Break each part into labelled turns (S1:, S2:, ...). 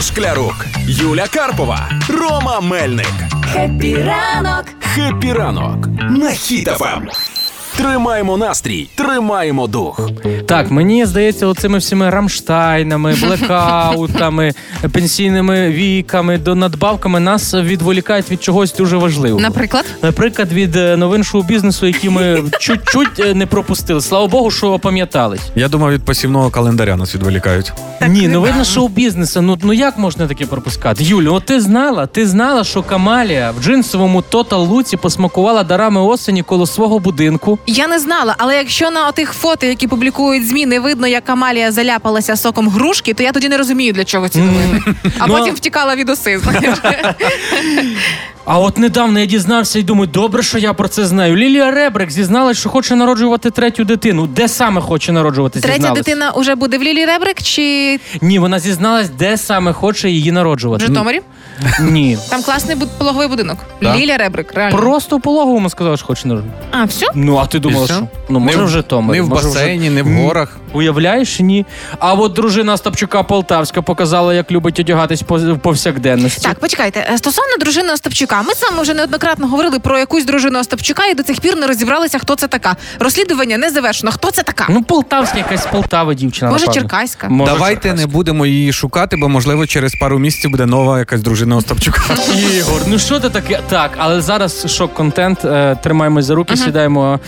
S1: Шклярук, Юля Карпова, Рома Мельник.
S2: Хеппі ранок!
S1: Хеппі ранок на хітафам. Тримаємо настрій, тримаємо дух.
S3: Так, мені здається, оцими всіми рамштайнами, блекаутами, пенсійними віками, до надбавками нас відволікають від чогось дуже важливого.
S4: Наприклад,
S3: Наприклад, від е, новин шоу-бізнесу, які ми чуть-чуть е, не пропустили. Слава Богу, що опам'ятались.
S5: Я думав, Ну, від посівного календаря нас відволікають.
S3: Ні,
S4: не
S3: новини
S4: дам.
S3: шоу-бізнесу. Ну, ну як можна таке пропускати? Юлю, от ти знала, ти знала, що Камалія в джинсовому тотал луці посмакувала дарами осені коло свого будинку.
S4: я не знала, але якщо на тих фото, які публікують змі, не видно, як Амалія заляпалася соком грушки, то я тоді не розумію, для чого ці новини. А
S3: Ну,
S4: потім втікала від уси. знаєш.
S3: А от недавно я дізнався і думаю, добре, що я про це знаю. Лілія Ребрик зізналась, що хоче народжувати третю дитину. Де саме хоче народжувати?
S4: Третя
S3: зізналась.
S4: дитина уже буде в Лілі Ребрик чи
S3: Ні, вона зізналась, де саме хоче її
S4: в
S3: народжувати.
S4: Житомирі?
S3: Ні.
S4: Там класний буд- пологовий будинок.
S5: Да.
S4: Лілі Ребрик, реально.
S3: Просто в пологовому сказала, що хоче народжувати.
S4: А, все?
S3: Ну, а ти думала,
S5: все?
S3: що? Ну,
S5: Не
S3: може
S5: в-
S3: в Житомирі.
S5: не в
S3: може
S5: басейні, не в
S3: М,
S5: горах.
S3: Уявляєш, ні. А от дружина Остапчука Полтавська показала, як любить одягатись по- в повсякденності.
S4: Так, почекайте. Е, Стосовно дружини Остапчука, ми з вами вже неоднократно говорили про якусь дружину Остапчука і до цих пір не розібралися, хто це така. Розслідування не завершено. Хто це така?
S3: Ну, полтавська якась з Полтави дівчина.
S4: Може,
S3: напевно.
S4: черкаська?
S3: Може,
S5: Давайте
S3: черкаська.
S5: не будемо її шукати, бо можливо через пару місяців буде нова якась дружина Остапчука.
S3: Ігор, ну що ти таке? Так, але зараз шок-контент. Е, тримаємось за руки, сідаємо.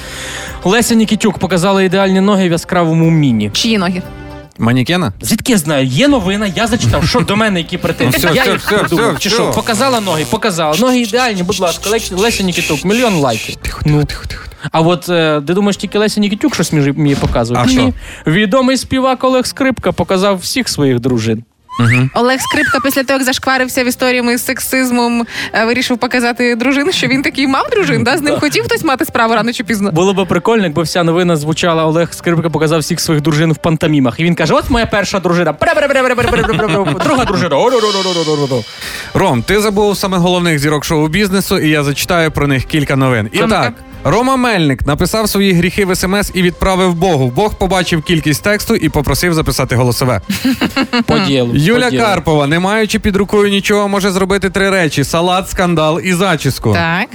S3: Леся Нікітюк показала ідеальні ноги в яскравому міні.
S4: Чиї ноги?
S5: Манікена?
S3: Звідки я знаю? Є новина, я зачитав. Що до мене які претензії?
S5: Ну, все,
S3: я
S5: все,
S3: їх
S5: все,
S3: придумав.
S5: все,
S3: Чи
S5: все.
S3: що? Показала ноги, показала. Ноги ідеальні, будь ласка, Леся, Леся Нікітюк, мільйон лайків. Ну. А от е, ти думаєш, тільки Леся Нікітюк щось між- мені показує?
S5: А
S3: Ні.
S5: що?
S3: Відомий співак Олег Скрипка показав всіх своїх дружин.
S4: Олег Скрипка після того, як зашкварився в історіями з сексизмом, е, вирішив показати дружин, що він такий мав дружин, да? з ним хотів хтось мати справу рано чи пізно.
S3: Було би прикольно, якби вся новина звучала Олег Скрипка показав всіх своїх дружин в пантомімах. І він каже: от моя перша дружина. Бра-бра-бра-бра-бра-бра-бра-бра-бра. Друга дружина. О-ро-ро-ро-ро-ро-ро-ро.
S5: Ром, ти забув саме головних зірок шоу бізнесу, і я зачитаю про них кілька новин. І
S4: А ну-ка.
S5: так. Рома Мельник написав свої гріхи в смс і відправив Богу. Бог побачив кількість тексту і попросив записати голосове.
S3: По ділу.
S5: Юля
S3: по ділу.
S5: Карпова, не маючи під рукою нічого, може зробити три речі: салат, скандал і зачіску.
S4: Так.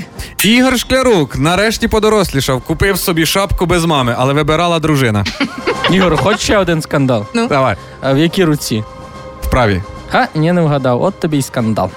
S5: Ігор Шклярук нарешті подорослішав, купив собі шапку без мами, але вибирала дружина.
S3: Ігор, хоч ще один скандал.
S5: Давай,
S3: А в якій руці?
S5: вправі.
S3: Ха, ні, не вгадав. От тобі й скандал.